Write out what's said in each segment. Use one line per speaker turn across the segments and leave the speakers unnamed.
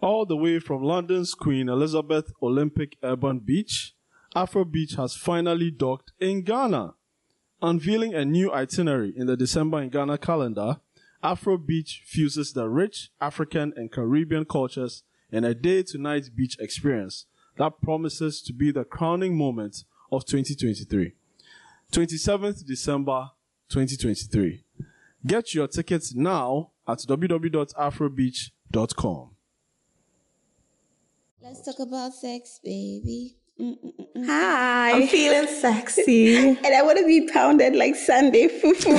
All the way from London's Queen Elizabeth Olympic Urban Beach, Afro Beach has finally docked in Ghana. Unveiling a new itinerary in the December in Ghana calendar, Afro Beach fuses the rich African and Caribbean cultures in a day to night beach experience that promises to be the crowning moment of 2023. 27th December 2023. Get your tickets now at www.afrobeach.com.
Let's talk about sex, baby. Mm-mm-mm.
Hi.
I'm feeling sexy.
and I want to be pounded like Sunday fufu.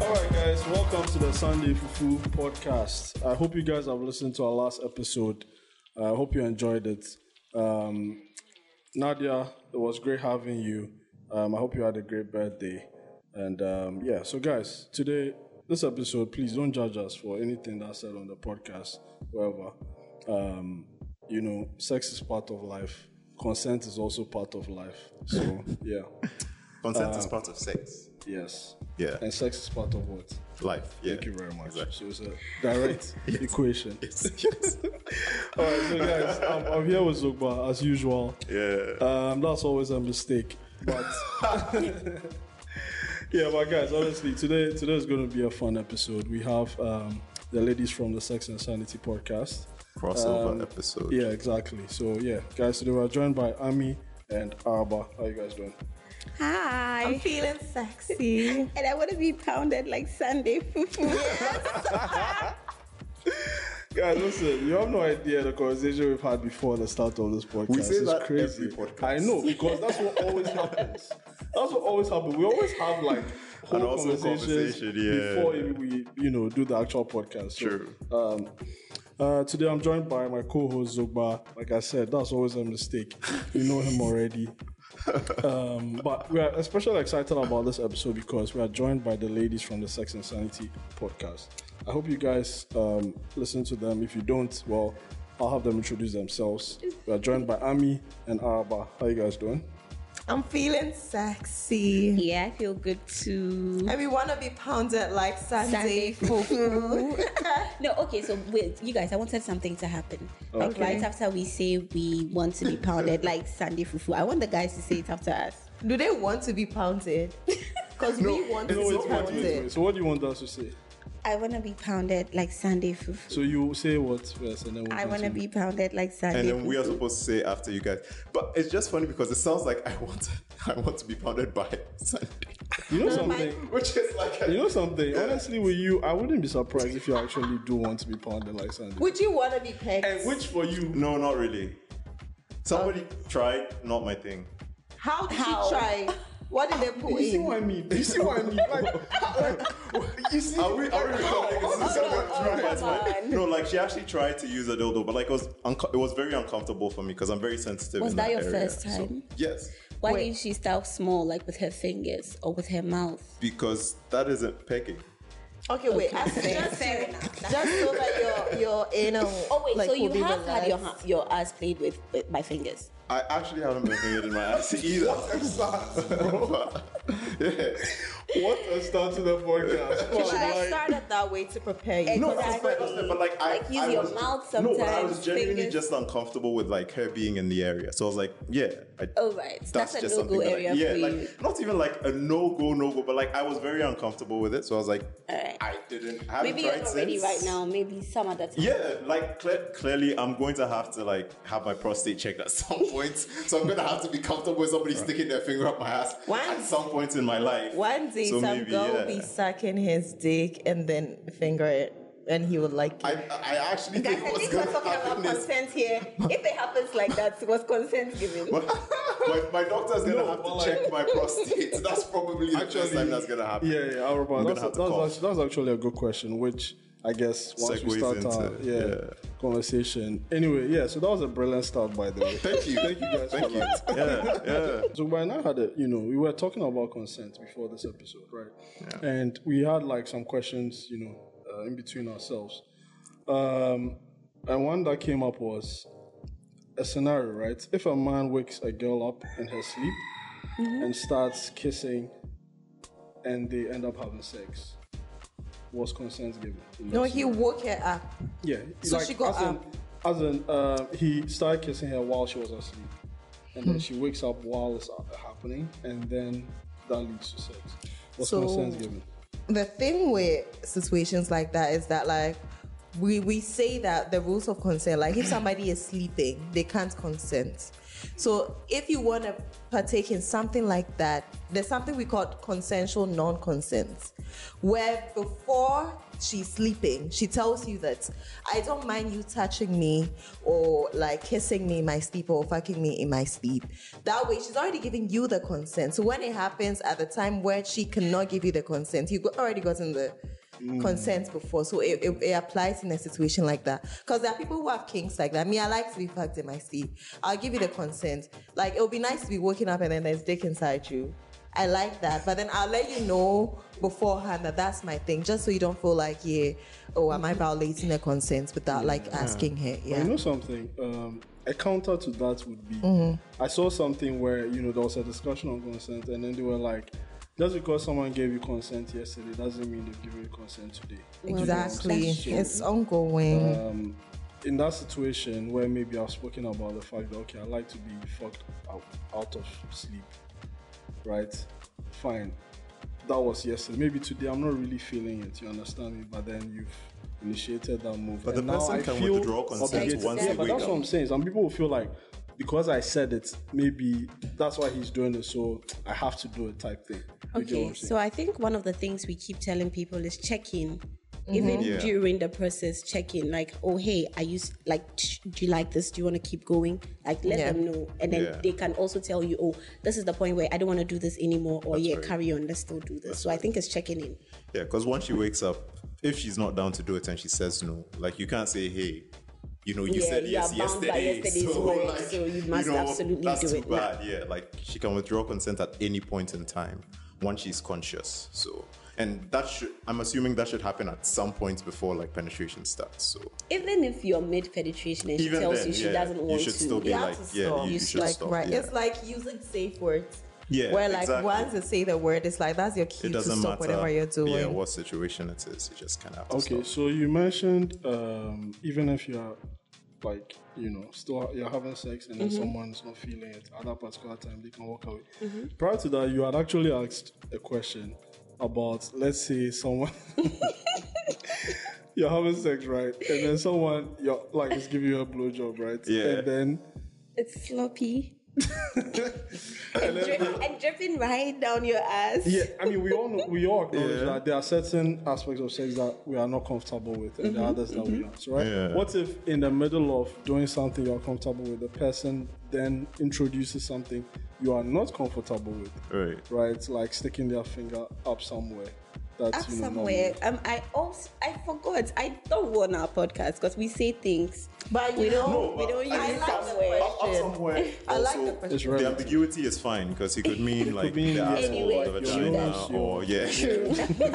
All right, guys, welcome to the Sunday Fufu podcast. I hope you guys have listened to our last episode. I hope you enjoyed it. Um, Nadia, it was great having you. Um, I hope you had a great birthday. And um, yeah, so guys, today, this episode, please don't judge us for anything that's said on the podcast, whatever. Um, you know, sex is part of life, consent is also part of life. So yeah,
Consent is part of sex.
yes.
Um, Yeah.
And sex is part of what?
Life. Yeah.
Thank you very much.
Exactly.
So it's a direct equation.
Yes, yes.
All right, so guys, I'm, I'm here with Zogba as usual.
yeah.
Um, that's always a mistake, but yeah, but guys, honestly, today today is going to be a fun episode. We have um, the ladies from the Sex and Sanity podcast.
Crossover
um,
episode.
Yeah, exactly. So yeah, guys, today we're joined by Ami and Arba. How you guys doing?
Hi.
I'm feeling sexy.
and I want to be pounded like Sunday fufu.
Guys, listen, you have no idea the conversation we've had before the start of this podcast.
We say
it's
that
crazy.
every podcast.
I know because that's what always happens. That's what always happens. We always have like whole
An awesome
conversations
conversation, yeah.
before even we, you know, do the actual podcast. So,
True.
Um, uh, today I'm joined by my co-host Zogba. Like I said, that's always a mistake. You know him already. Um, but we are especially excited about this episode because we are joined by the ladies from the Sex and Sanity podcast. I hope you guys um, listen to them. If you don't, well, I'll have them introduce themselves. We are joined by Ami and Araba. How you guys doing?
I'm feeling sexy.
Yeah, I feel good too.
And we want to be pounded like
Sunday
Sunday.
fufu. no, okay, so wait, you guys, I wanted something to happen. Like
Okay.
right after we say we want to be pounded like Sunday fufu, I want the guys to say it after us.
Do they want to be pounded? Because we want to
No,
be
wait, wait, wait, wait.
pounded.
So what do you want us to say?
I want to be pounded like Sunday fufu.
So you say what first, and then we'll
I want to
continue.
be pounded like Sunday
And then we are
fufu.
supposed to say after you guys. But it's just funny because it sounds like I want I want to be pounded by Sunday.
You know something?
Which is like a,
You know something? Honestly, with you, I wouldn't be surprised if you actually do want to be pounded like Sandy.
Would you want to be pegged?
And which for you?
No, not really. Somebody tried, not my thing.
How did
How?
you try? What did they put
You see
in?
what I mean? You see what I mean? Like, you see?
Are we, are we recording this? Is
no,
someone
oh,
tried?
come on.
No, like she actually tried to use a dildo, but like it was unco- it was very uncomfortable for me because I'm very sensitive.
Was
in
that your
area.
first
So-
time?
yes,
Why
Wait.
didn't she start small, like with her fingers or with her mouth?
because that isn't pegging.
Okay, wait. I suggest
fair
you-
enough.
Just so that your your anal.
Oh wait,
like,
so you
will be
have had your
relaxed.
ha- your ass played with, with my fingers.
I actually haven't been fingered in my ass either. yeah.
What a start to the podcast.
You should
Like-
have started that way to prepare you.
No,
Exactly.
that's fair, that's fair, but like, I,
Like, use
I
your
was,
mouth
No, but I was
sometimes,
genuinely
fingers.
just uncomfortable with like her being in the area. So I was like, yeah, I,
Oh, right. So that's a
just
no-go
something that I-
area
yeah,
for
like
you.
not even like a no go, no go, but like I was very uncomfortable with it. So I was like,
Alright.
I didn't. I haven't
Maybe you're
tried
not ready
since.
right now. Maybe some other time.
Yeah, like cle- clearly, I'm going to have to like have my prostate checked at some point. so I'm going to have to be comfortable with somebody sticking their finger up my ass
One-
at some point in my life.
One day,
So
some
maybe,
girl
yeah.
will be sucking his dick and then finger it. and he would like it.
I, I actually
Guys,
think
I
what's
think we're
going to
talking about
happen is
consent here. If it happens like that, it was consent given.
my, my- my doctor's going to
No,
have to
well, like-
check my prostate. That's probably the first
Actually,
time that's going to happen.
Yeah, yeah, I'll
I'm
about
gonna
that's,
have to
that's
cough.
actually, that's actually a good question, which I guess once we
Segues
start
into
our
it,
yeah,
yeah.
conversation. Anyway, yeah, so that was a brilliant start, by the way.
Thank you.
Thank you guys
Thank
for
you.
that.
Yeah, yeah.
So by now had a, you know, we were talking about consent before this episode, right? And we had like some questions, you know, uh, in between ourselves. Um, and one that came up was a scenario, right? If a man wakes a girl up in her sleep
Mm-hmm.
and starts kissing, and they end up having sex, was consent given? in that
No, he
scenario?
woke her up.
Yeah.
So she got
as in- as in, uh, he started kissing her while she was asleep, and
Hmm.
then she wakes up while it's uh, happening, and then that leads to sex. What's
So-
consent given?
the thing with situations like that is that like we we say that the rules of consent like if somebody is sleeping they can't consent so if you want to partake in something like that there's something we call consensual non-consent where before she's sleeping she tells you that i don't mind you touching me or like kissing me in my sleep or fucking me in my sleep that way she's already giving you the consent so when it happens at the time where she cannot give you the consent you've already gotten the consent before so it, it, it applies in a situation like that because there are people who have kinks like that me i like to be fucked in my sleep i'll give you the consent like it'll be nice to be woken up and then there's dick inside you I like that, but then I'll let you know beforehand that that's my thing, just so you don't feel like, yeah, oh, am I violating the consent without like asking her? Yeah.
You know something? Um, a counter to that would be
Mm-hmm.
I saw something where you know there was a discussion on consent, and then they were like, just because someone gave you consent yesterday doesn't mean they've given you consent today.
Exactly.
So-
It's ongoing.
in that situation where maybe I've spoken about the fact that okay, I like to be fucked out, out of sleep, right? Fine, that was yesterday. Maybe today I'm not really feeling it. You understand me? But then you've initiated that move.
But the person can withdraw consent
obligated-
once
yeah,
they
but
wake
that's what
up.
I'm saying. Some people will feel like because I said it, maybe that's why he's doing it. So I have to do it, type thing. You get what
Okay,
I'm saying?
so I think one of the things we keep telling people is check in.
Mm-hmm.
Even
Yeah.
during the process, check in like, oh hey, are you s- like, tch, do you like this? Do you want to keep going? Like, let
Yeah.
them know, and then
Yeah.
they can also tell you, oh, this is the point where I don't want to do this anymore, or yeah,
right.
carry on, let's still do this. so I think it's checking in.
Yeah, because once she wakes up, if she's not down to do it and she says no, like you can't say, hey, you know, you
Yeah,
said
you
yes
are bound by
yesterday.
yesterday's words, so you must absolutely
that's
do
too
it now.
bad. Yeah, like she can withdraw consent at any point in time once she's conscious. So, and that should, I'm assuming that should happen at some point before like penetration starts. So,
Even if you're mid penetration and she
Even
tells
then,
you she
yeah,
doesn't
you
want
should
to,
still be
You have
like,
to
yeah,
stop.
you, you
It's
should
like,
stop.
Right.
yeah.
It's like using safe words.
Yeah,
Where like
exactly.
once they say the word, it's like that's your cue
it
to
doesn't
stop
matter
whatever you're doing.
Yeah, what situation it is, you just kind of
Okay,
Stop.
so you mentioned um, even if you're like you know still you're having sex and then someone's not feeling it at that particular time, they can walk away. Prior to that, you had actually asked a question about let's say someone you're having sex, right, and then someone you're like is giving you a blowjob, right,
Yeah.
and then
it's sloppy. and, dri- and dripping right down your ass.
Yeah, I mean, we all know, we all acknowledge
Yeah.
that there are certain aspects of sex that we are not comfortable with, and there are others that we are. So, right?
Mm-hmm. Yeah.
What if in the middle of doing something you're comfortable with, the person then introduces something you are not comfortable with,
Right.
right? Like sticking their finger up somewhere. That's
up
you know, not
somewhere. Um, I also I forgot. I don't want our podcast because we say things,
But
we
you
don't
know,
we don't use
I like
that
the
word.
question.
Up somewhere.
I like
also,
the question.
It's relevant.
The ambiguity is fine because it could mean like
mean,
the
yeah,
asshole
Anyway,
of a
your
China
nose, your-
or yeah. but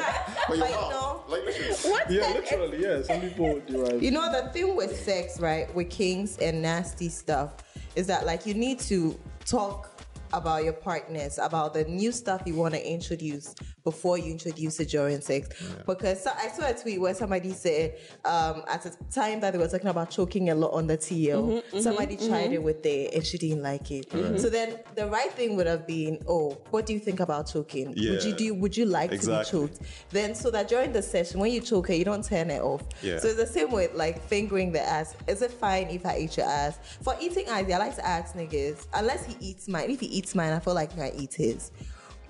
But you know-
like listen.
What
Yeah,
the-
literally, yeah. Some people derive.
You know the thing with sex, right? With kinks and nasty stuff, is that like you need to talk about your partners, about the new stuff you want to introduce before you introduce it during sex. Because so, I saw a tweet where somebody said um, at the time that they were talking about choking a lot on the
Mm-hmm,
TL, somebody tried it with there and she didn't like it. So then the right thing would have been, oh, what do you think about choking? Would you
Yeah.
do? Would you like to be
Exactly.
choked? Then so that during the session, when you choke her, you don't turn it off.
Yeah.
So it's the same with like fingering the ass. Is it fine if I eat your ass? For eating ass, yeah, I like to ask niggas. Unless he eats mine. If he eats mine, I feel like I eat his.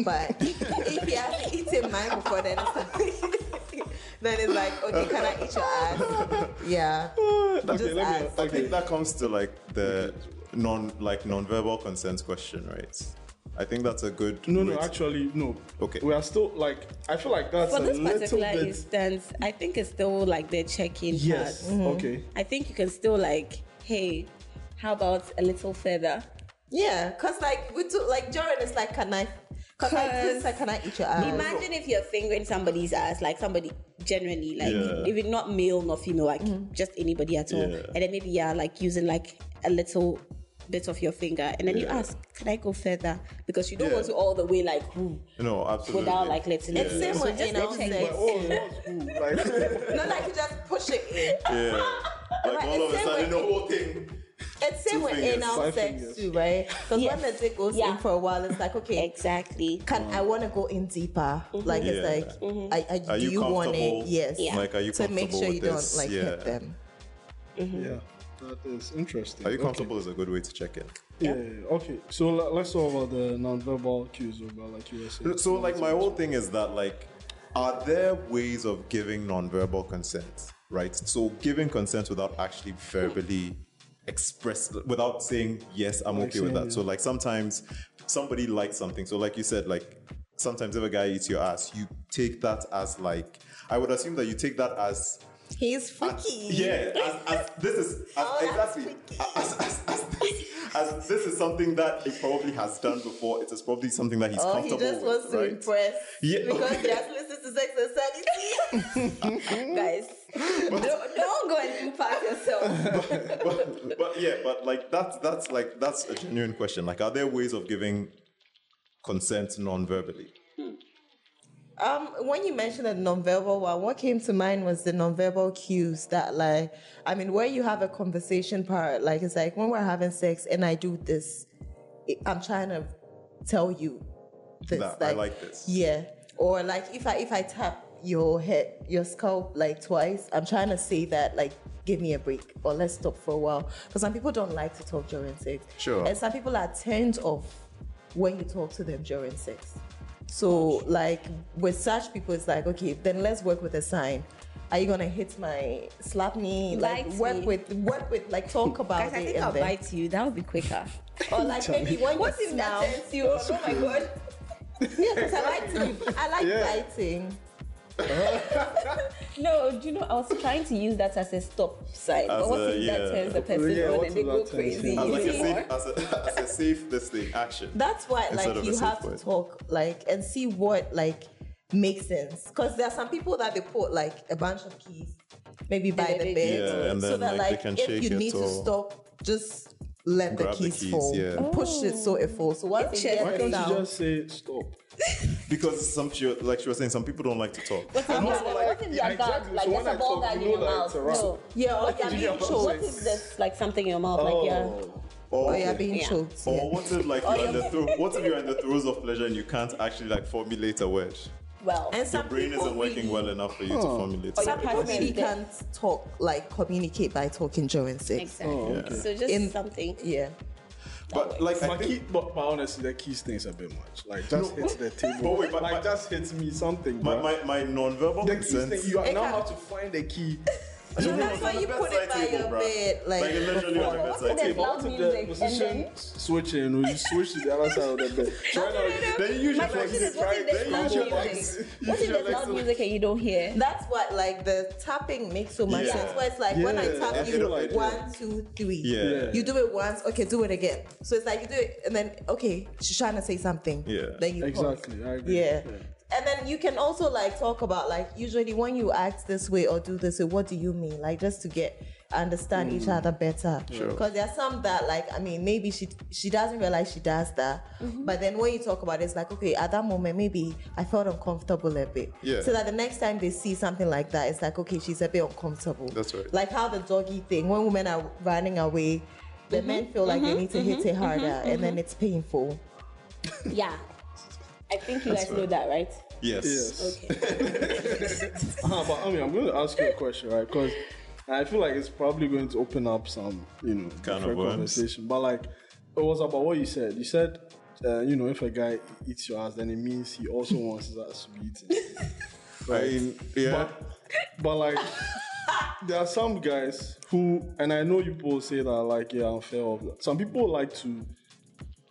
But if he has eaten mine before then it's like then it's like, okay, can I eat your ass? Yeah.
okay,
Just
let me,
ask.
I think that comes to like the non like non-verbal consent question, right? I think that's a good
No,
way
no,
to-
actually, no.
Okay.
We are still like I feel like that's
For
a
this
little
particular
bit.
instance, I think it's still like they're checking.
yes.
Cards.
Okay.
I think you can still like, hey, how about a little further?
Yeah, cause like we took like Jordan is like, can I? Cause like this, like, can I eat your
Uh,
ass?
Imagine if you're fingering somebody's ass, like somebody generally, like
Yeah.
if it's not male nor female, like just anybody at all,
Yeah.
and then maybe you're like using like a little bit of your finger, and then you
Yeah.
ask, can I go further? Because you don't
Yeah.
want to all the way like who
No, absolutely.
without like letting
It's
it.
same
go. So
with
just
anal
the
sex.
check-
Like, oh, that's cool. Like,
Not like you just push it in.
yeah. Like
Right,
all of a
it's same
sudden the
with-
whole thing.
It's same
Two
with
fingers,
anal
five
sex
fingers.
too, right? Because
Yes.
when the dick goes
Yeah.
in for a while, it's like, okay,
Exactly.
can I want to go in deeper? Like
Yeah.
it's like, I, I,
Are
do
you
you want it?
comfortable?
Yes.
Yeah. Like, are you
to make
comfortable
sure you
with
don't
this?
like
Yeah.
hit them?
yeah, that is interesting.
Are you
Okay.
comfortable is a good way to check in.
Yeah. yeah, Okay. So le- let's talk about the nonverbal cues, Oba, like you were saying.
So like my whole thing is that like are there ways of giving non-verbal consent, right? So giving consent without actually verbally express without saying yes, I'm okay
saying,
with that. So like sometimes somebody likes something. So like you said, like sometimes if a guy eats your ass, you take that as like I would assume that you take that as
He's freaky.
Uh, Yeah, as, as this is as,
Oh, that's
exactly as, as, as, this, as this is something that he probably has done before. It is probably something that he's
Or Oh, he
comfortable
just
with,
wants to
right?
impress
Yeah.
because he has listened to Sex and Sanity. Guys, don't, don't go and impact yourself.
but, but yeah, but like that's that's like that's a genuine question. Like, are there ways of giving consent non-verbally?
Um, when you mentioned the nonverbal one, what came to mind was the nonverbal cues that, like, I mean, where you have a conversation part, like, it's like when we're having sex and I do this, it- I'm trying to tell you this.
That, I like this.
Yeah. Or like if I if I tap your head, your scalp like twice, I'm trying to say that like give me a break or let's stop for a while. Because some people don't like to talk during sex.
Sure.
And some people are turned off when you talk to them during sex. So like with such people, it's like okay, then let's work with a sign. Are you gonna hit my slap me? Like
Bite
work
me.
with work with like talk
Guys,
about it
I think
and
I'll
then
bite you. That would be quicker.
or like maybe when
What
you
if that
smell.
turns you on? Oh my god.
Yeah, because I like to be, I like biting.
No, do you know? I was trying to use that as a stop sign.
As
But what
a-
if
yeah.
that turns the person
Yeah,
on
what
and they
if
go
that turns
crazy?
you
As
You
like a
know?
safe, as a, as a safe this thing action.
That's why
Instead
like
of a
you
safe
have to
word.
talk like and see what like makes sense. Because there are some people that they put like a bunch of keys maybe by
then
the
they-
bed,
Yeah, and
so
then,
that
like, they
like,
can
if
shake
you
it
need to
or-
stop, just let the
Grab the
keys,
keys,
fall,
yeah.
and push it so it falls. So once you
Why
get
can't
it
you
down, oh,
just say stop?
Because some she, was- like she was saying, some people don't like to talk.
What's in
also,
your
like,
What if
yeah,
your
exactly.
gag, like
So when
there's
I
a ball
talk,
gag
you
in your
know that
mouth?
it's a wrap.
No.
yeah, or
What
you're
if-
being
What
choked,
if there's like something in your mouth? Like
Oh.
you're.
or you're
okay.
being
Oh, Yeah.
choked. yeah.
Or what if like you're in the thro- what if you're in the throes of pleasure and you can't actually like formulate a word?
Well,
And
Your
some
brain
people
isn't working
really-
well enough for you to formulate.
Or
a
your
word.
People
partner
really
is dead.
can't talk like communicate by talking during sex.
Exactly.
okay.
So just
In-
something.
Yeah.
But like I
But, key,
think,
but, but honestly, the keys thing is a bit much. Like, just hit the table.
But wait, but-
like,
but-
just hit me something.
my,
bruh.
my, my non-verbal
the keys
consent.
thing, you are
It
now
can-
have to find the key.
So that's why you put it by your bed. Like,
Like literally on the
What's
bedside
the
table.
loud
What if the
music and
position
then-
switch and you switch to the other side of the bed? Try now.
Then you use
My
your legs.
question is, what if
Then
there's
you
loud
use your
music?
legs. You
What
use
if
your
there's
legs.
loud
to-
music and you don't hear?
That's what like the tapping makes so much
Yeah.
sense. Where it's like when I
Yeah, I
tap you,
feel like-
one, two, three.
Yeah.
You do it once, okay, do it again. So it's like you do it and then okay, she's trying to say something.
Yeah.
Then you pause.
Exactly, I agree.
Yeah.
Yeah.
And then you can also like talk about like usually when you act this way or do this way, what do you mean? Like just to get understand
Mm.
each other better. Because there are some that like I mean maybe she she doesn't realize she does that, but then when you talk about it, it's like okay at that moment maybe I felt uncomfortable a bit.
Yeah.
So that the next time they see something like that, it's like okay she's a bit uncomfortable.
That's right.
Like how the doggy thing when women are running away, the men feel like they need to hit it harder and then it's painful.
Yeah. I think you guys know that, right?
Yes.
Yes.
Okay.
Uh, but I mean, I'm going to ask you a question, right? Because I feel like it's probably going to open up some, you know,
Can of
different
worms.
conversation. But like, it was about what you said. You said, uh, you know, if a guy eats your ass, then it means he also wants his ass to be eaten. right?
I mean, yeah.
But like, there are some guys who, and I know you people say that like, yeah, I'm fair of that. Some people like to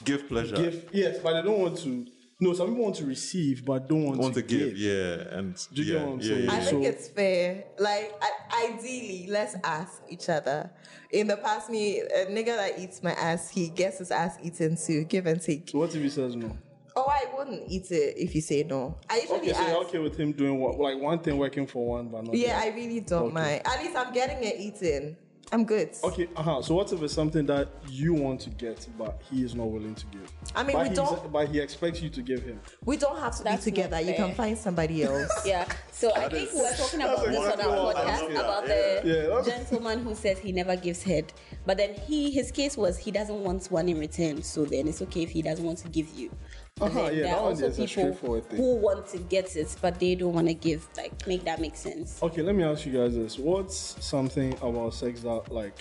give pleasure.
give, yes, but they don't want to. No, some people want to receive but don't want,
want to give,
give.
yeah, and
Do you
yeah,
get what I'm
yeah,
saying?
yeah,
I
yeah.
think
So-
it's fair. Like, I, ideally, let's ask each other. In the past, me a nigga that eats my ass, he gets his ass eaten too. Give and take.
So what if he says no?
Oh, I wouldn't eat it if you say no. I usually
Okay, so
ask.
you're okay with him doing what, like one thing working for one, but not. the
Yeah,
other.
I really don't mind. At least I'm getting it eaten. I'm good.
Okay, uh huh. So what if it's something that you want to get, but he is not willing to give?
I mean,
but
we
he's-
don't-
But he expects you to give him.
We don't have to
That's
be together.
not
You can
fair.
find somebody else.
Yeah. So I think
is-
we were talking
that's
about this on
exactly
our
what I
podcast
love that,
about
yeah. Yeah,
the
that's-
gentleman who says he never gives head, but then he his case was he doesn't want one in return, so then it's okay if he doesn't want to give you. But
Uh-huh,
then
yeah,
there
that
are
one
also
is a
people
straightforward thing.
who want to get it, but they don't want to give. Like, make that make sense.
Okay, let me ask you guys this: What's something about sex that like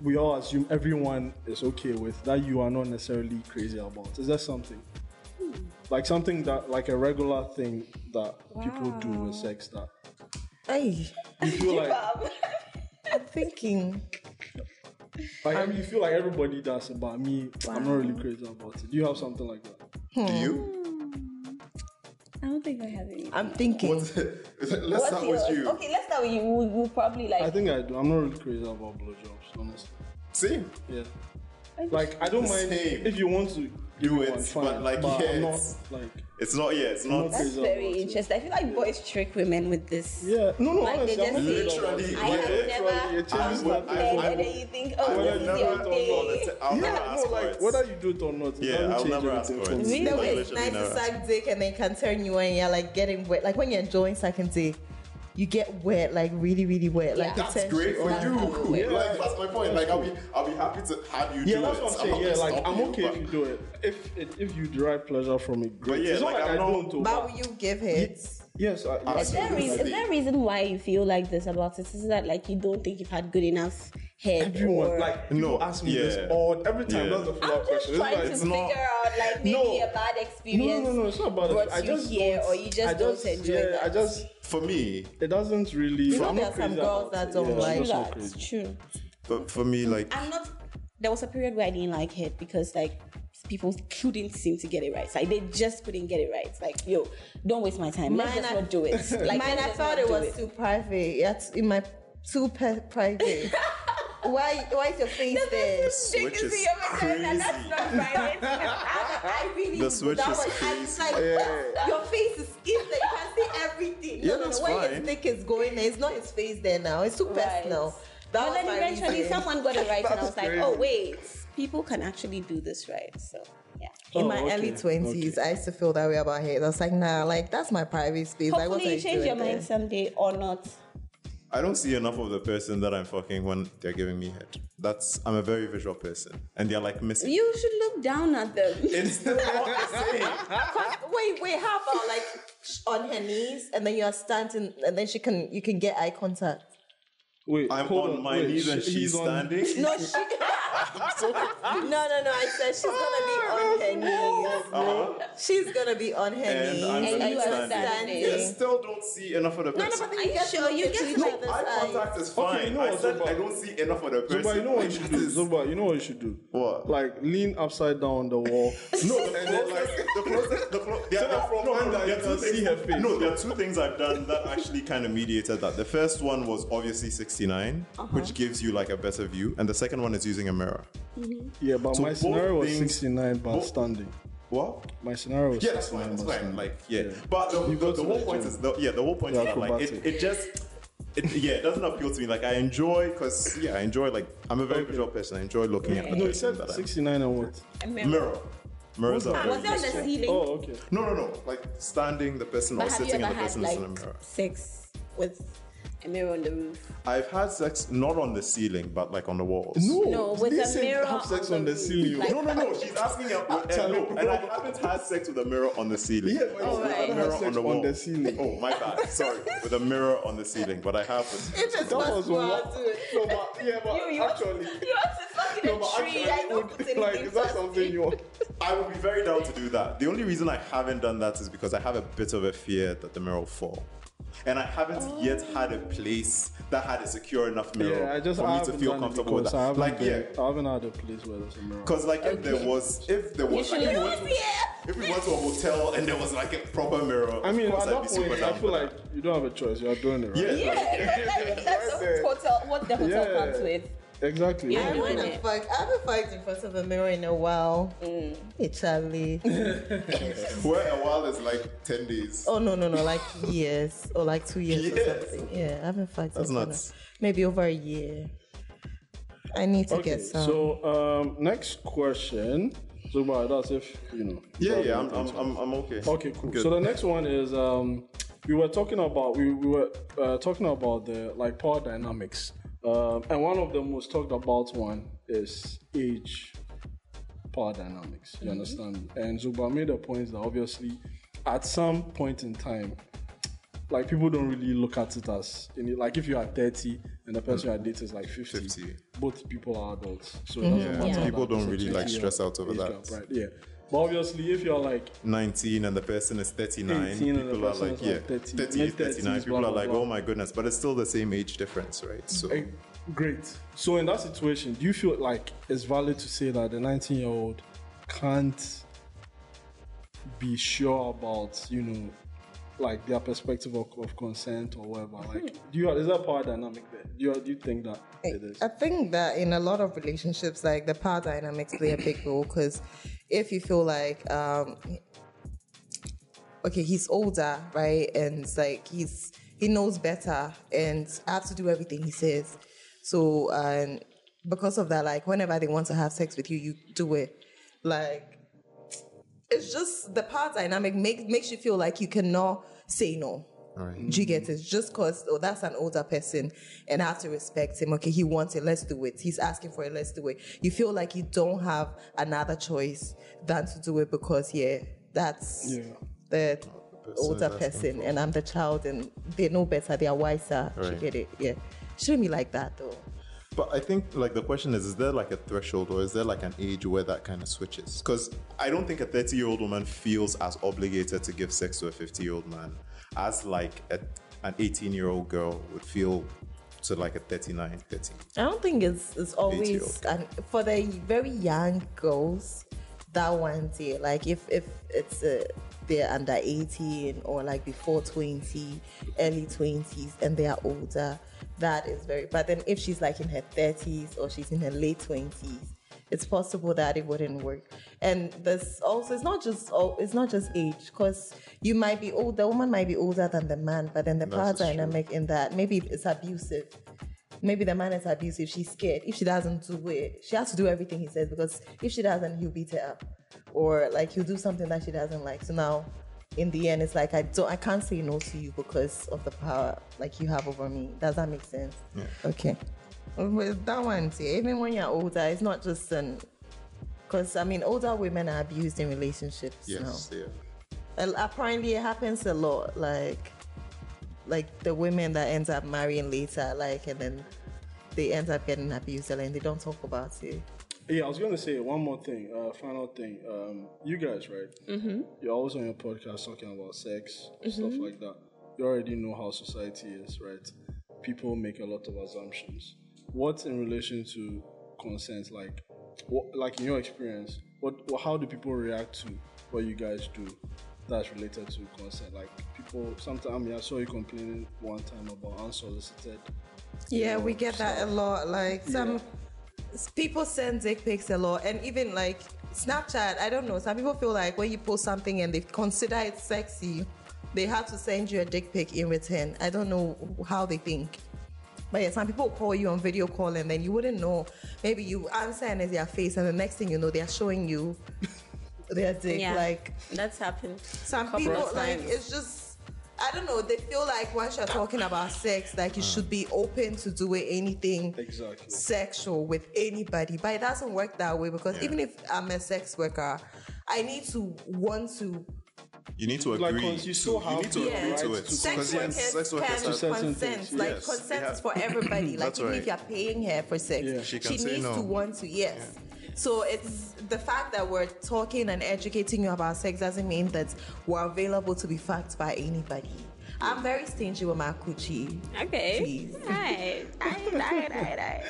we all assume everyone is okay with that you are not necessarily crazy about? Is there something
Hmm.
like something that like a regular thing that people do with sex that
Hey,
you feel like
I'm thinking.
like I mean, you feel like everybody does it, but me, I'm not really crazy about it. Do you have something like that?
Do you?
I don't think I have any.
I'm thinking.
What's it? Let's start with you.
Okay, let's start with you. We'll, we'll probably like.
I think I do. I'm not really crazy about blowjobs, honestly.
Same.
Yeah. Like I don't mind
Same.
if you want to give
Do
me
it,
one, fine,
but, like,
I'm not
yes.
like
It's not. Yeah, it's
I'm
not.
not
that's
crazy
very
about it.
interesting. I feel like boys trick women with this.
Yeah, no, no,
Like,
honestly,
they
I'm not
just
crazy about
say,
it.
I have
Literally,
never-
it changes
I would-
nothing.
I would-
Yeah,
And then you think,
I
oh,
will
this is
never
your
talk about
thing.
it. I'll never
no,
ask
like
for it.
whether you do it or not, it
Yeah,
doesn't
I'll
change
never ask
anything
for it.
me.
The way
Like,
it's nice
literally
to
never.
suck dick and then can turn you and you're like getting wet. Like when you're enjoying sucking dick, you get wet, like really, really wet. Like
Yeah.
it
That's
turns
great
you
for
on.
you.
Yeah.
Like that's my point. Like I'll be, I'll be happy to have you
Yeah,
do
that's
it.
what I'm
not
saying. Yeah,
gonna
like
stop
I'm
you,
okay
but-
if you do it. If it, if you derive pleasure from it, great.
yeah,
it's not
like,
like, I
I'm not-
don't. though,
But
But
will you give it?
yes, I, I,
Is there, a reason, is there a reason why you feel like this about it? Is that like you don't think you've had good enough head?
everyone
or-
like
No,
people ask me
yeah.
this all every time.
Yeah.
That's the follow
I'm
up
just
question. It's
trying
like,
to
it's
figure
not.
out like maybe
No.
a bad
No,
experience
no, no, it's not about it.
brought
I
you
just
here,
don't-
or you just
I
don't enjoy
yeah,
that.
I just
For me,
it doesn't really.
know
I'm
there
not
are some
crazy
girls
about
that
it.
don't
Yeah, I'm
like
just not
that.
crazy.
It's true.
but for me, like
I'm not. There was a period where I didn't like head because like people couldn't seem to get it right. Like they just couldn't get it right. It's Like yo, don't waste my time. Let's
Mine,
just
I-
not do it. Like
Mine,
let's
I
just not
thought it
do
was too private. That's in my too pe- private. why? Why is your face there?
Dick
switch is
is your vagina, That's
crazy.
not right.
I, I really
The switch
that
is
was, I was
crazy.
like,
Yeah.
your face is in there. You can see everything.
Yeah,
no, no,
that's
no. Where
fine.
his dick is going, there. it's not his face there now. It's too
Right.
personal. That
But
was
then
my
eventually
reason.
someone got it right, and I was like,
crazy.
oh wait, people can actually do this right. So yeah.
In
Oh,
my
okay,
early twenties,
okay.
I used to feel that way about hate. I was like, nah, like that's my private space. like, what
Hopefully
are
you change
doing
your
there?
mind someday or not.
I don't see enough of the person that I'm fucking when they're giving me head. That's I'm a very visual person, and they're like missing.
You should look down at them.
It's still not the same.
Ah, Wait, wait. How about like sh- on her knees, and then you are standing, and then she can you can get eye contact.
Wait,
I'm
hold
on my
wait,
knees and
sh-
she's
he's on-
standing.
No, she. no, no, no. I said she's gonna be on her knees.
Uh-huh.
Oh, She's gonna be on her
And
knees.
I'm
And
and
you are
you're
standing.
I still don't see enough of the
No, no,
person.
but then
Are
you
you
get
sure?
to
you
look
get
into
to
each
look-
other's
Eye
eyes.
contact is fine.
you know
I
what,
said
Zuba?
I don't see enough of the person.
Zuba, you know what you
Like,
should
that
do.
is-
Zuba, you know what you should do.
What?
Like lean upside down on the wall.
No, the closest, the closest, the closest. There,
So that from
no,
one
no,
that
there
you
are two
can see
things-
her face.
No, there are two things I've done that actually kind of mediated that. The first one was obviously 69,
Uh-huh.
which gives you like a better view, and the second one is using a mirror.
yeah, but
So
my
both
scenario was
things-
69 but
both-
standing.
What?
My scenario was
Yeah, that's
69
fine. That's
but
fine.
standing.
Like, yeah. But the,
You go to
the, the whole
the
point
gym.
is, the, yeah, the whole point
You're
is that, like, it,
acrobatic.
it just, it, yeah, it doesn't appeal to me. Like, I enjoy, because, yeah, I enjoy, like, I'm a very visual person. I enjoy looking at the
No, you
person
said
that I-
69 and what?
Mirror. Mirrors are
Was
very
it on the ceiling?
Oh, okay.
No, no, no. Like, standing, the person, or
But have you
sitting,
ever
and the
had
person is in a
like
mirror.
sex with a mirror on the roof?
I've had sex not on the ceiling, but like on the walls.
No, with
they
a
said
mirror
have sex
on
on
the
the ceiling.
roof,
No, no, no. She's asking her. uh,
telling
no,
you.
and I haven't had sex with a mirror on the ceiling.
Yeah, but
With
you
a
right.
mirror
have
on
sex
the
on
wall.
the ceiling.
Oh, my bad. Sorry. With a mirror on the ceiling, but I have.
If it's
That was
possible,
one.
I'll do it.
No, but yeah, but
You- you-
actually.
You want to fuck in
No,
a
but
tree?
actually,
I
would-
don't put anything
like, is that
past
something
it.
you want?
I would be very down to do that. The only reason I haven't done that is because I have a bit of a fear that the mirror will fall. And I haven't yet had a place that had a secure enough mirror
Yeah, I just
for me to
haven't
feel
done it
comfortable with
because
that.
I haven't
Like, yeah.
been- I haven't had a place where there's a mirror.
Because like if there was, if there was, like,
should
if, we
live
went, if we went to a hotel and there was like a proper mirror,
I mean,
of
at
course
that
I'd be super
point,
down
I feel
for
like
that.
you don't have a choice. You are doing it, right?
yeah,
Yeah,
like,
that- that's hotel, what the hotel
Yeah.
comes with.
Exactly.
Yeah,
I
I
went
wouldn't
and fuck. I haven't fucked in front of a mirror in a while. Hey, Charlie.
where a while is like ten days.
Oh no no no! Like years or like two years or
Years.
something. Yeah, I haven't fucked.
That's
in front
nuts.
of- Maybe over a year. I need to
Okay,
get some.
so um, next question. So, well, that's if you know. you
Yeah,
have
yeah, I'm,
anything
I'm,
to add.
I'm, I'm okay.
Okay, cool.
Good.
So the next one is um, we were talking about we, we were uh, talking about the like power dynamics, um, and one of the most talked about one is age power dynamics.
Mm-hmm.
You understand? And Zuba made a point that obviously, at some point in time, like people don't really look at it as any, like if you are 30 and the person you are dating is like 50,
50.
both people are adults, so it doesn't matter.
Mm-hmm. Yeah. People
that
don't
it's a
really, like,
20
stress
or
out over
age
that.
gap, right? Yeah. But obviously, if you're like
19 and the person is 39
18 and the
people are
person
like
is
yeah
like 30,
38
mid-thirties,
39 people
blah,
are
blah,
like
blah.
oh my goodness but it's still the same age difference right so
Eh, Great. So in that situation, do you feel like it's valid to say that the 19 year old can't be sure about, you know, like their perspective of, of consent or whatever? Like, do you is that power dynamic there? Do you, do you think that it is?
I think that in a lot of relationships, like the power dynamics play a big role because if you feel like, um, okay, he's older, right, and it's like he's he knows better, and I have to do everything he says. So, um, because of that, like whenever they want to have sex with you, you do it. Like it's just the power dynamic makes makes you feel like you cannot say no.
Right.
Do you get it? Just cause oh that's an older person and I have to respect him. Okay, he wants it, let's do it. He's asking for it, let's do it. You feel like you don't have another choice than to do it because yeah, that's
Yeah.
the
person
older
is asking
person
for
and I'm the child and they know better, they are wiser. Do you
Right.
get it? Yeah. Shouldn't be like that though.
but i think like the question is is there like a threshold or is there like an age where that kind of switches because i don't think a 30 year old woman feels as obligated to give sex to a 50 year old man as like a, an 18 year old girl would feel to like a 39 30
I don't think it's it's always and for the very young girls that one day like if if it's uh they're under 18 or like before 20 early 20s and they are older that is very but then if she's like in her 30s or she's in her late 20s it's possible that it wouldn't work and this also it's not just oh, it's not just age because you might be old the woman might be older than the man but then the power
That's true.
dynamic in that maybe it's abusive maybe the man is abusive. She's scared. If she doesn't do it, she has to do everything he says because if she doesn't, he'll beat her up, or like he'll do something that she doesn't like. So now, in the end, it's like I don't, I can't say no to you because of the power like you have over me. Does that make sense?
Yeah.
Okay. With that one, see, even when you're older, it's not just an. Because I mean, older women are abused in relationships. now
yes yeah
uh, apparently it happens a lot like like the women that ends up marrying later like and then they end up getting abused and they don't talk about it
Yeah, I was gonna say one more thing, uh, final thing. Um, you guys, right? Mm-hmm. You're always on your podcast talking about sex and
Mm-hmm.
stuff like that. You already know how society is, right? People make a lot of assumptions. What in relation to consent, like, what, like in your experience, what, what, how do people react to what you guys do that's related to consent? Like, people sometimes I mean, I saw you complaining one time about unsolicited.
yeah we get that a lot like some people send dick pics a lot and even like snapchat i don't know some people feel like when you post something and they consider it sexy they have to send you a dick pic in return i don't know how they think But yeah, some people call you on video call and then you wouldn't know. Maybe you answer and it's their face, and the next thing you know, they're showing you their dick.
Yeah.
Like
That's happened.
some
Couple
people,
of
like
times.
it's just I don't know. They feel like once you're talking about sex, like you should be open to doing anything
Exactly.
sexual with anybody. But it doesn't work that way because
Yeah.
even if I'm a sex worker, I need to want to
you need to agree
Like, 'cause you still
to,
have
you need to
the
agree to
right
it
to
sex
Because,
workers
yes, sex
can
workers have-
certain
consent.
things,
Like
yes.
consent
Yeah.
is for everybody. like
That's
even
right.
if you're paying her for sex,
Yeah.
She can say
needs
no.
to want to. Yes. So it's the fact that we're talking and educating you about sex doesn't mean that we're available to be fucked by anybody. I'm very stingy with my coochie.
Okay.
Please.
All right. All right. All right. All right.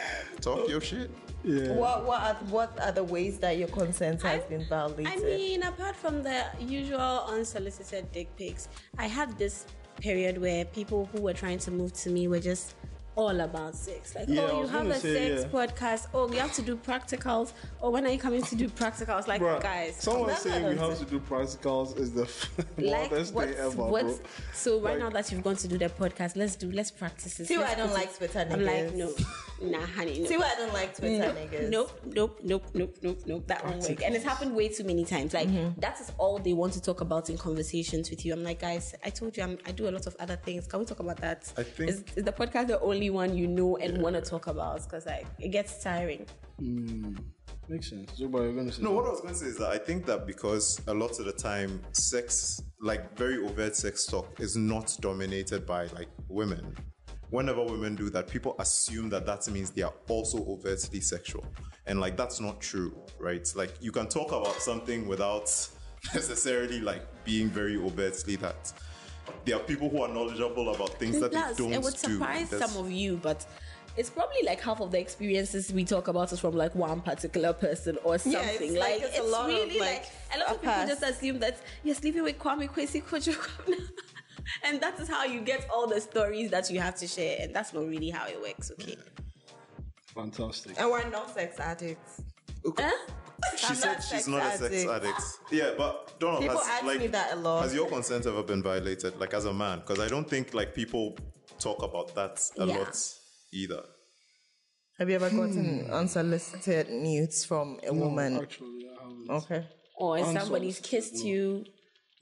Talk your shit.
Yeah.
What what are, what are the ways that your consent has
I-
been violated?
I mean, apart from the usual unsolicited dick pics, I had this period where people who were trying to move to me were just all about sex. Like,
Yeah, I
oh, you
was
have
gonna
a
say,
sex
yeah.
podcast. Oh, you have to do practicals. Oh, when are you coming to do practicals? Like,
Bruh,
guys.
someone
that's
saying
what
we
I'm
have to do practicals is the f-
like
wildest
what's,
thing ever,
what's-
bro.
so right
Like-
now that you've gone to do the podcast let's do let's practice this
See why
let's
I don't
put
like
it-
Twitter
i'm like
niggas.
no nah honey no.
See why I don't like Twitter niggas.
Nope, nope, nope, nope, nope, nope. That won't work. And it's happened way too many times. Like that is all they want to talk about in conversations with you. I'm like, guys, I told you I'm, I do a lot of other things. Can we talk about that?
I think-
is, is the podcast the only one you know and want to talk about? Because like it gets tiring.
Makes sense. Zuba, you're gonna say
No, what I was going to say is that I think that because a lot of the time, sex, like very overt sex talk, is not dominated by like women. Whenever women do that, people assume that that means they are also overtly sexual. And like, that's not true, right? Like, you can talk about something without necessarily like being very overtly that. There are people who are knowledgeable about things that
Plus,
they don't
it would
do.
surprise
That's-
some of you, but it's probably like half of the experiences we talk about is from like one particular person or something.
Yeah, it's like it's a lot of,
really
like,
a lot
a
of people
past.
just assume that you're sleeping with Kwame Kwesi Kojo. Kwabena. And that is how you get all the stories that you have to share, and that's not really how it works, okay?
fantastic.
Oh,
and we're not sex addicts.
Huh?
She
I'm
said
not
she's
sex
not a sex
addict.
addict. Yeah, but Donald
People
has
ask
like
me that a lot.
Has your consent ever been violated, like as a man? Because I don't think like people talk about that a
Yeah.
lot either.
Have you ever gotten unsolicited nudes from a woman?
Actually, I haven't.
Okay.
Or
Um,
Unsolicited,
somebody's kissed you.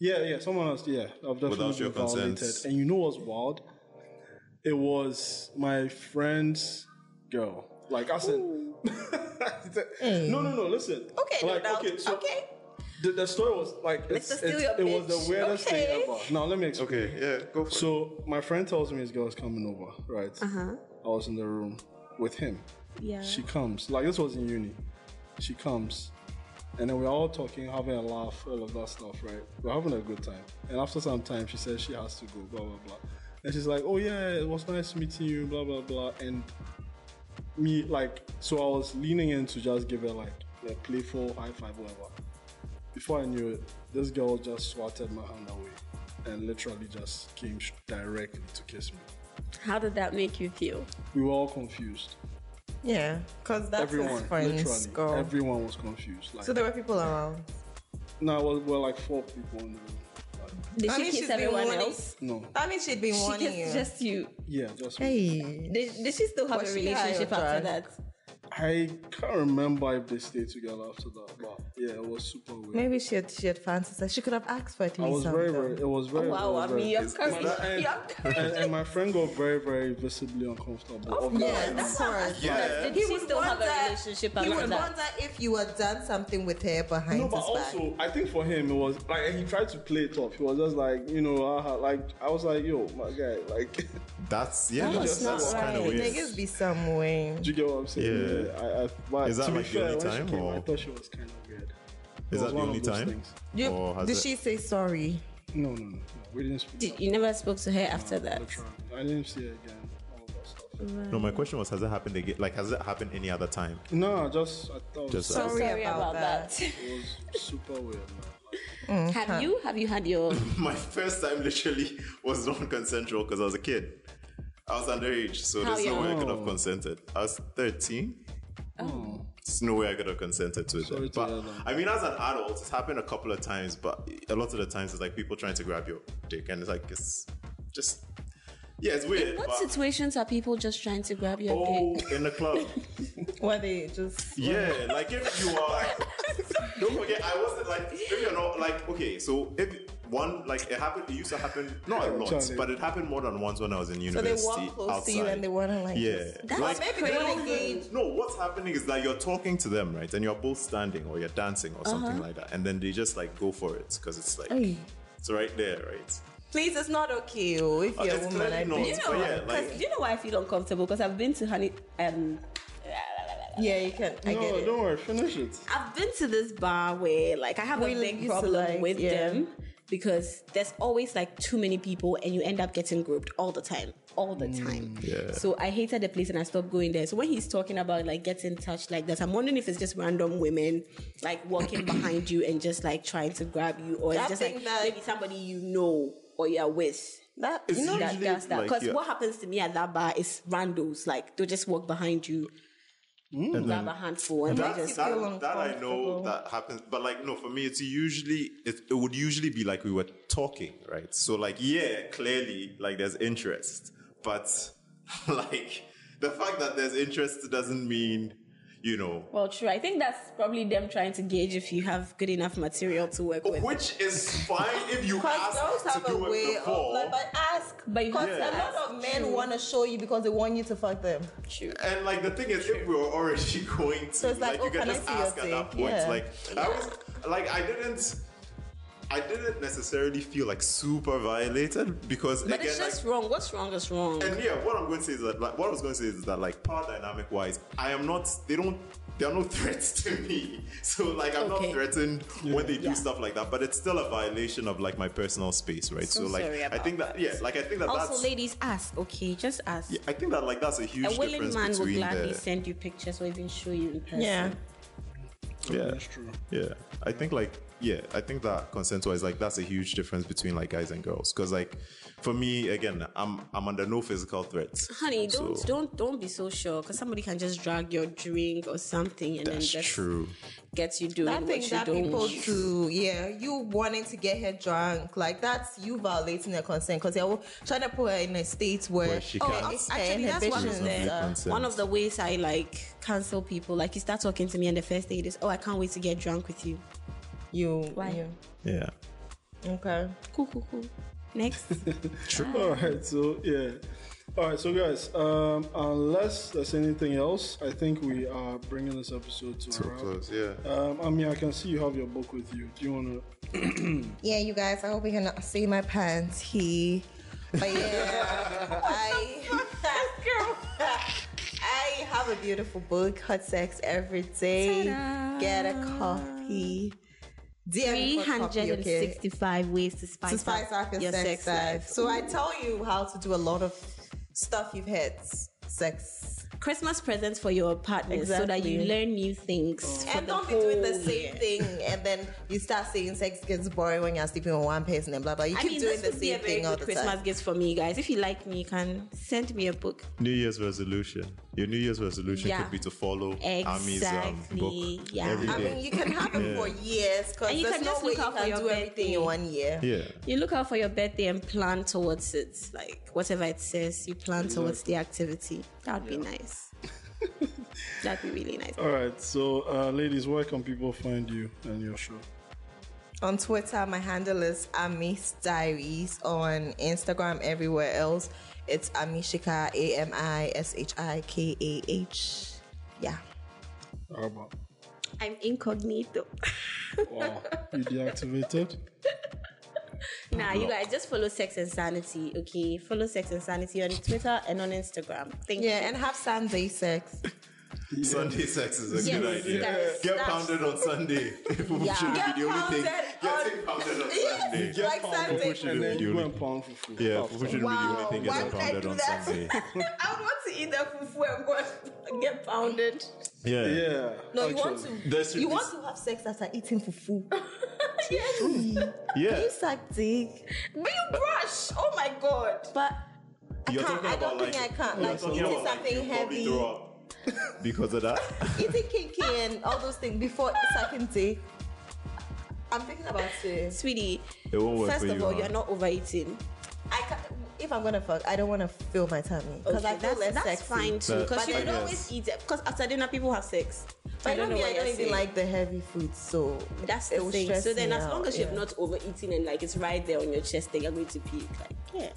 Yeah, yeah. Someone else. Yeah, I've definitely
Without your
been violated.
consent.
And you know what's wild? It was my friend's girl. Like I said, no, no, no. Listen.
Okay,
Like,
no doubt.
Okay.
Okay.
So The, the story was like it's,
Mr. Steal
it's-
Your
it was
Bitch.
the weirdest
Okay.
thing ever. Now let me explain.
Okay, yeah, go for it.
So my friend tells me his girl's coming over, right? Uh-huh. I was in the room with him.
Yeah.
She comes. Like this was in uni. She comes. And then we're all talking, having a laugh, all of that stuff, right? We're having a good time. And after some time, she says she has to go, blah, blah, blah. And she's like, oh, yeah, it was nice meeting you, blah, blah, blah. And me, like, so I was leaning in to just give her, like, a playful high five, whatever. Before I knew it, this girl just swatted my hand away and literally just came sh- directly to kiss me.
How did that make you feel?
We were all confused.
Yeah, because that's
everyone,
his
literally,
friend's girl.
everyone was confused. Like,
so there were people around.
no, we're, we're like four people in the room.
Did
I
she
mean, she's
kiss
been
everyone
warning-
else?
No,
That means she'd been
She
warning
kissed
you.
just you.
yeah, just me.
hey.
Did, did she still have
Was
a
she high or
relationship after
drunk?
that?
I can't remember if they stayed together after that, but yeah, it was super weird.
Maybe she had she had fancies that she could have asked for a
I
threesome.
was very,
though.
very. It was very. it
Wow,
was
I
very-
mean, you're
Is- is
courage.
that-
and,
You're courage.
and, and my friend got very, very visibly uncomfortable. Obviously.
Yeah, that's hard.
Yeah.
Did she still have a relationship
He
after
would
that?
wonder if you had done something with her behind
No, but
his back.
also, I think for him, it was like he tried to play it off. He was just like, you know, uh, like I was like, yo, my guy, like, do
That's yeah,
That was
that's,
not
kind of
right.
weird.
Niggas be some way.
you get what I'm saying?
Yeah.
I, I, but
Is that
to be
like the
fair,
only
when she
time,
came,
or-
I thought she was kind of weird. It
Is
was
that the
one
only
of those
time?
things.
You-
Or has
did
it-
she say sorry?
No, no, no, no. We didn't speak.
Did- you never spoke to her after that.
I didn't see her again. All that stuff.
No, my question was, has it happened again? Like, has it happened any other time?
No, just I thought
Just
it
Sorry, about, that.
was super weird. Man.
have you have you had your
My first time literally was non-consensual because I was a kid. I was underage, so
How
there's no way I
young? Oh.
could have consented. I was 13. There's no way I could have consented to it.
Sorry
then.
to
But
hear that.
I mean, as an adult, it's happened a couple of times, but a lot of the times it's like people trying to grab your dick, and it's like it's just yeah, it's weird.
what
but-
situations are people just trying to grab your
Oh,
dick?
in the club.
Were they just
Yeah, like if you are, don't forget, I wasn't like if you're not like okay. So if one like it happened, it used to happen not a lot,
Charlie.
but it happened more than once when I was in
so they
university.
walk close
outside.
to you and they wanna like
yeah,
That's
like,
maybe they don't engage.
no, what's happening is that you're talking to them, right? And you're both standing or you're dancing or
Uh-huh.
something like that, and then they just like go for it because it's like
Hey.
it's right there, right?
Please, it's not okay oh, if you're a
Uh, it's
woman.
clearly
I
not.
think.
You know, but yeah, like-
do you know why I feel uncomfortable? Because I've been to honey um
Yeah, you can. I get
No,
it.
Oh, don't worry. Finish it.
I've been to this bar where like I have
We
a big
used to,
problem
like,
with
yeah.
them because there's always like too many people and you end up getting grouped all the time. All the
Mm,
time. So I hated the place and I stopped going there. So when he's talking about like getting touched like this, I'm wondering if it's just random women like walking behind you and just like trying to grab you or it's
That
just
thing
like
that-
maybe somebody you know or you're with. That
It's
you know that
usually,
does that.
like,
Because
yeah.
what happens to me at that bar is randos. Like they'll just walk behind you,
Mm.
grab a handful and
That,
they just
that, that I know that happens, but like no, for me it's usually it, it would usually be like we were talking, right? So like yeah, clearly like there's interest, but like the fact that there's interest doesn't mean you know,
Well, true. I think that's probably them trying to gauge if you have good enough material to work with.
which is fine if you
Because girls
ask to
have a
do
way
it
of
before.
like, but ask.
But you
Because
have
a
Yeah.
lot of men want to show you because they want you to fuck them.
And like the thing is, if we were already going to,
So it's like,
like,
oh,
you can
can I
just
see your
ask at that
dick?
point.
Yeah.
Like I was, like I didn't, I didn't necessarily feel like super violated because
But
again,
it's
like,
just wrong. What's wrong is wrong.
and yeah, what I'm going to say is that like what I was going to say is that like power dynamic wise, I am not. They don't. There are no threats to me, so like I'm
Okay.
not threatened when they do
Yeah.
stuff like that. But it's still a violation of like my personal space, right?
So
like
sorry
I
about
think that, yeah, like I think that
also,
that's.
ladies, ask. Okay, just ask.
yeah, I think that like that's a huge
a willing
difference
man will
between
gladly
the,
send you pictures or even show you in person.
yeah.
That's true.
Yeah, I think like yeah, I think that consent wise, like that's a huge difference between like guys and girls. Because like for me, again, I'm I'm under no physical threats.
Honey, don't
So-
don't don't be so sure because somebody can just drag your drink or something and
That's
then just
true.
get you doing
That
what
thing
you
that
don't
people
want.
do, yeah, you wanting to get her drunk, like that's you violating her consent because you're trying to put her in a state where,
Where she Oh, can't
it's
actually, that's what I'm
inhibitions
Reasonably
saying.
are-
consent.
One of the ways I like cancel people, like you start talking to me and the first thing it is, oh, I can't wait to get drunk with you.
You,
Why?
you,
yeah,
okay.
Cool, cool, cool. Next.
All right, so yeah. All right, so guys, um, unless there's anything else, I think we are bringing this episode to, a
so
wrap.
close. Yeah,
Um, I mean, I can see you have your book with you. Do you want to?
Yeah, you guys, I hope you can see my pants. He, but yeah, I, I have a beautiful book, Hot Sex Every Day. Get a copy. DM me for a copy, okay?
365 ways to spice,
to spice up your, sex, life. So I tell you how to do a lot of stuff you've had s- sex.
Christmas presents for your partners so that you
Exactly. Oh.
learn new things. for
and
the
don't be doing the
whole
same
year.
thing, and then you start saying sex gets boring when you're sleeping with one person, and blah blah. You
I
keep
mean,
doing
this
the
would be a
same
very
thing all
good
the
Christmas
time.
gift for me, guys. If you like me, you can send me a book.
New Year's resolution. Your New Year's resolution
Yeah.
could be to follow Ami's um,
Exactly.
book
Yeah.
every
I
day.
mean, you can have it for years because
And you
there's
can
no
just
way
look
you
out for
can
your
do everything in
birthday.
one year.
yeah,
You look out for your birthday and plan towards it. Like whatever it says, you plan towards the activity. That would be nice. That'd be really nice.
All right, so uh, ladies, where can people find you and your show?
On Twitter, my handle is Amish Diaries. On Instagram, everywhere else, it's Amishika, A M I S H I K A H. Yeah.
How about?
I'm incognito.
Wow, you deactivated.
Nah, you guys just follow Sex and Sanity, okay? Follow Sex and Sanity on Twitter and on Instagram. Thank you.
Yeah, and have Sunday sex.
Sunday sex is a
Yes,
good idea.
guys,
Get
that's-
pounded on Sunday. Fufu
Yeah.
shouldn't be the only thing.
Get
Getting pounded on Sunday.
Yes, like Sunday.
Fufu
And then
shouldn't be
you
the
went
only.
pound for food.
Yeah, Fufu shouldn't be the only thing
why
getting
would I
pounded
do
on
that?
Sunday.
I would want to eat that fufu and go and get pounded.
Yeah.
Yeah.
No, you want
actually.
to.
There's-
You want to have sex after eating fufu.
Yeah.
You suck dick. But you brush. Oh my god. But
You're
can't-
talking
I
about,
don't think
like-
I can't,
you're
like,
talking
eating
about, like,
something
you'll probably
heavy.
throw up because of that.
eating kinky and all those things before sucking dick. I'm thinking about it.
Sweetie,
It won't work
first
for
of
you,
all,
huh?
you're not overeating.
I can't, if I'm gonna fuck, I don't want to fill my tummy because
Okay,
I feel
that's,
less
that's
sexy.
fine too.
But-
Because
But
you
I
can
guess-
always eat it. Because after dinner, people have sex.
But
I don't know
me,
what
I
you're
don't even
saying.
like the heavy food, so
That's the
it will
thing.
stress
So then,
me
as long
out,
as
yeah.
you've not overeaten and like it's right there on your chest, then you're going to puke. Like, yeah.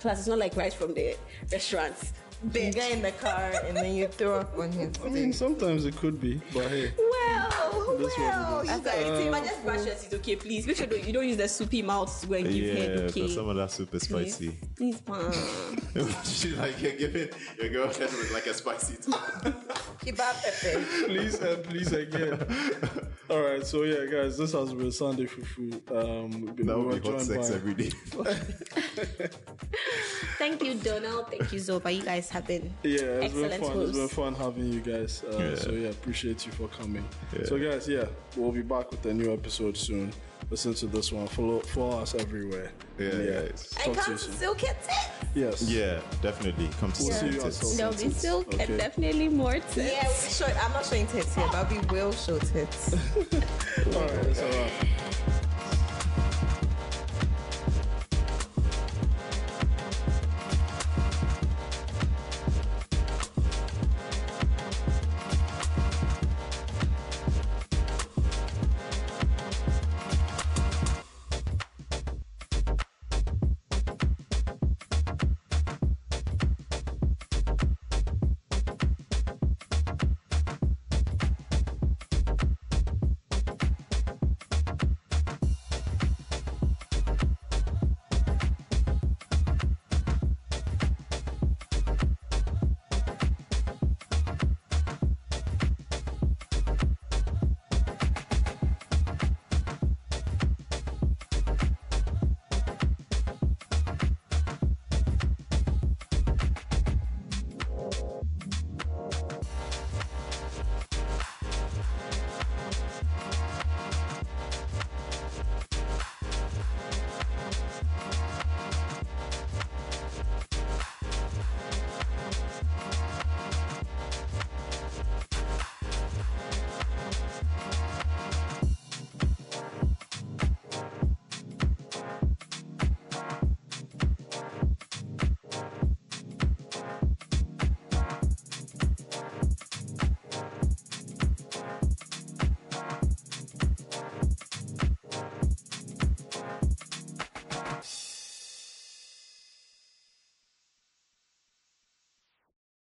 Plus, it's not like right from the restaurants.
you get in the car and then you throw up on him.
I mean, sometimes it could be, but hey.
Oh,
Well,
This one well, is- Um,
you guys, but just brush your teeth, okay? Please make sure that you don't use the soupy mouth to go and give head,
Yeah,
okay?
because some of that soup is spicy.
Please, ma.
She's like, you're giving your girlfriend with like a spicy tongue.
Kebab FM.
please and please again. All right, so yeah, guys, this has been Sunday Fufu. Um, we
That
were
would be hot
joined
sex
by-
every day.
Thank you, Donald. Thank you, Zoba. You guys have been
Yeah, it's been
excellent
fun. It's been
hosts.
fun having you guys. Uh,
Yeah.
So yeah, appreciate you for coming. So guys, yeah, we'll be back with a new episode soon. Listen to this one. Follow, follow us everywhere.
Yeah,
And,
guys.
Talk
And
to
come
you
to
soon.
Silk and Tits.
Yes.
yeah, definitely. Come to
We'll see you
yeah.
at Soul
There'll be
Senses.
still
Okay.
definitely more to
Yeah, we'll be showing, I'm not showing tits here, but we will show tits.
All right, that's all right.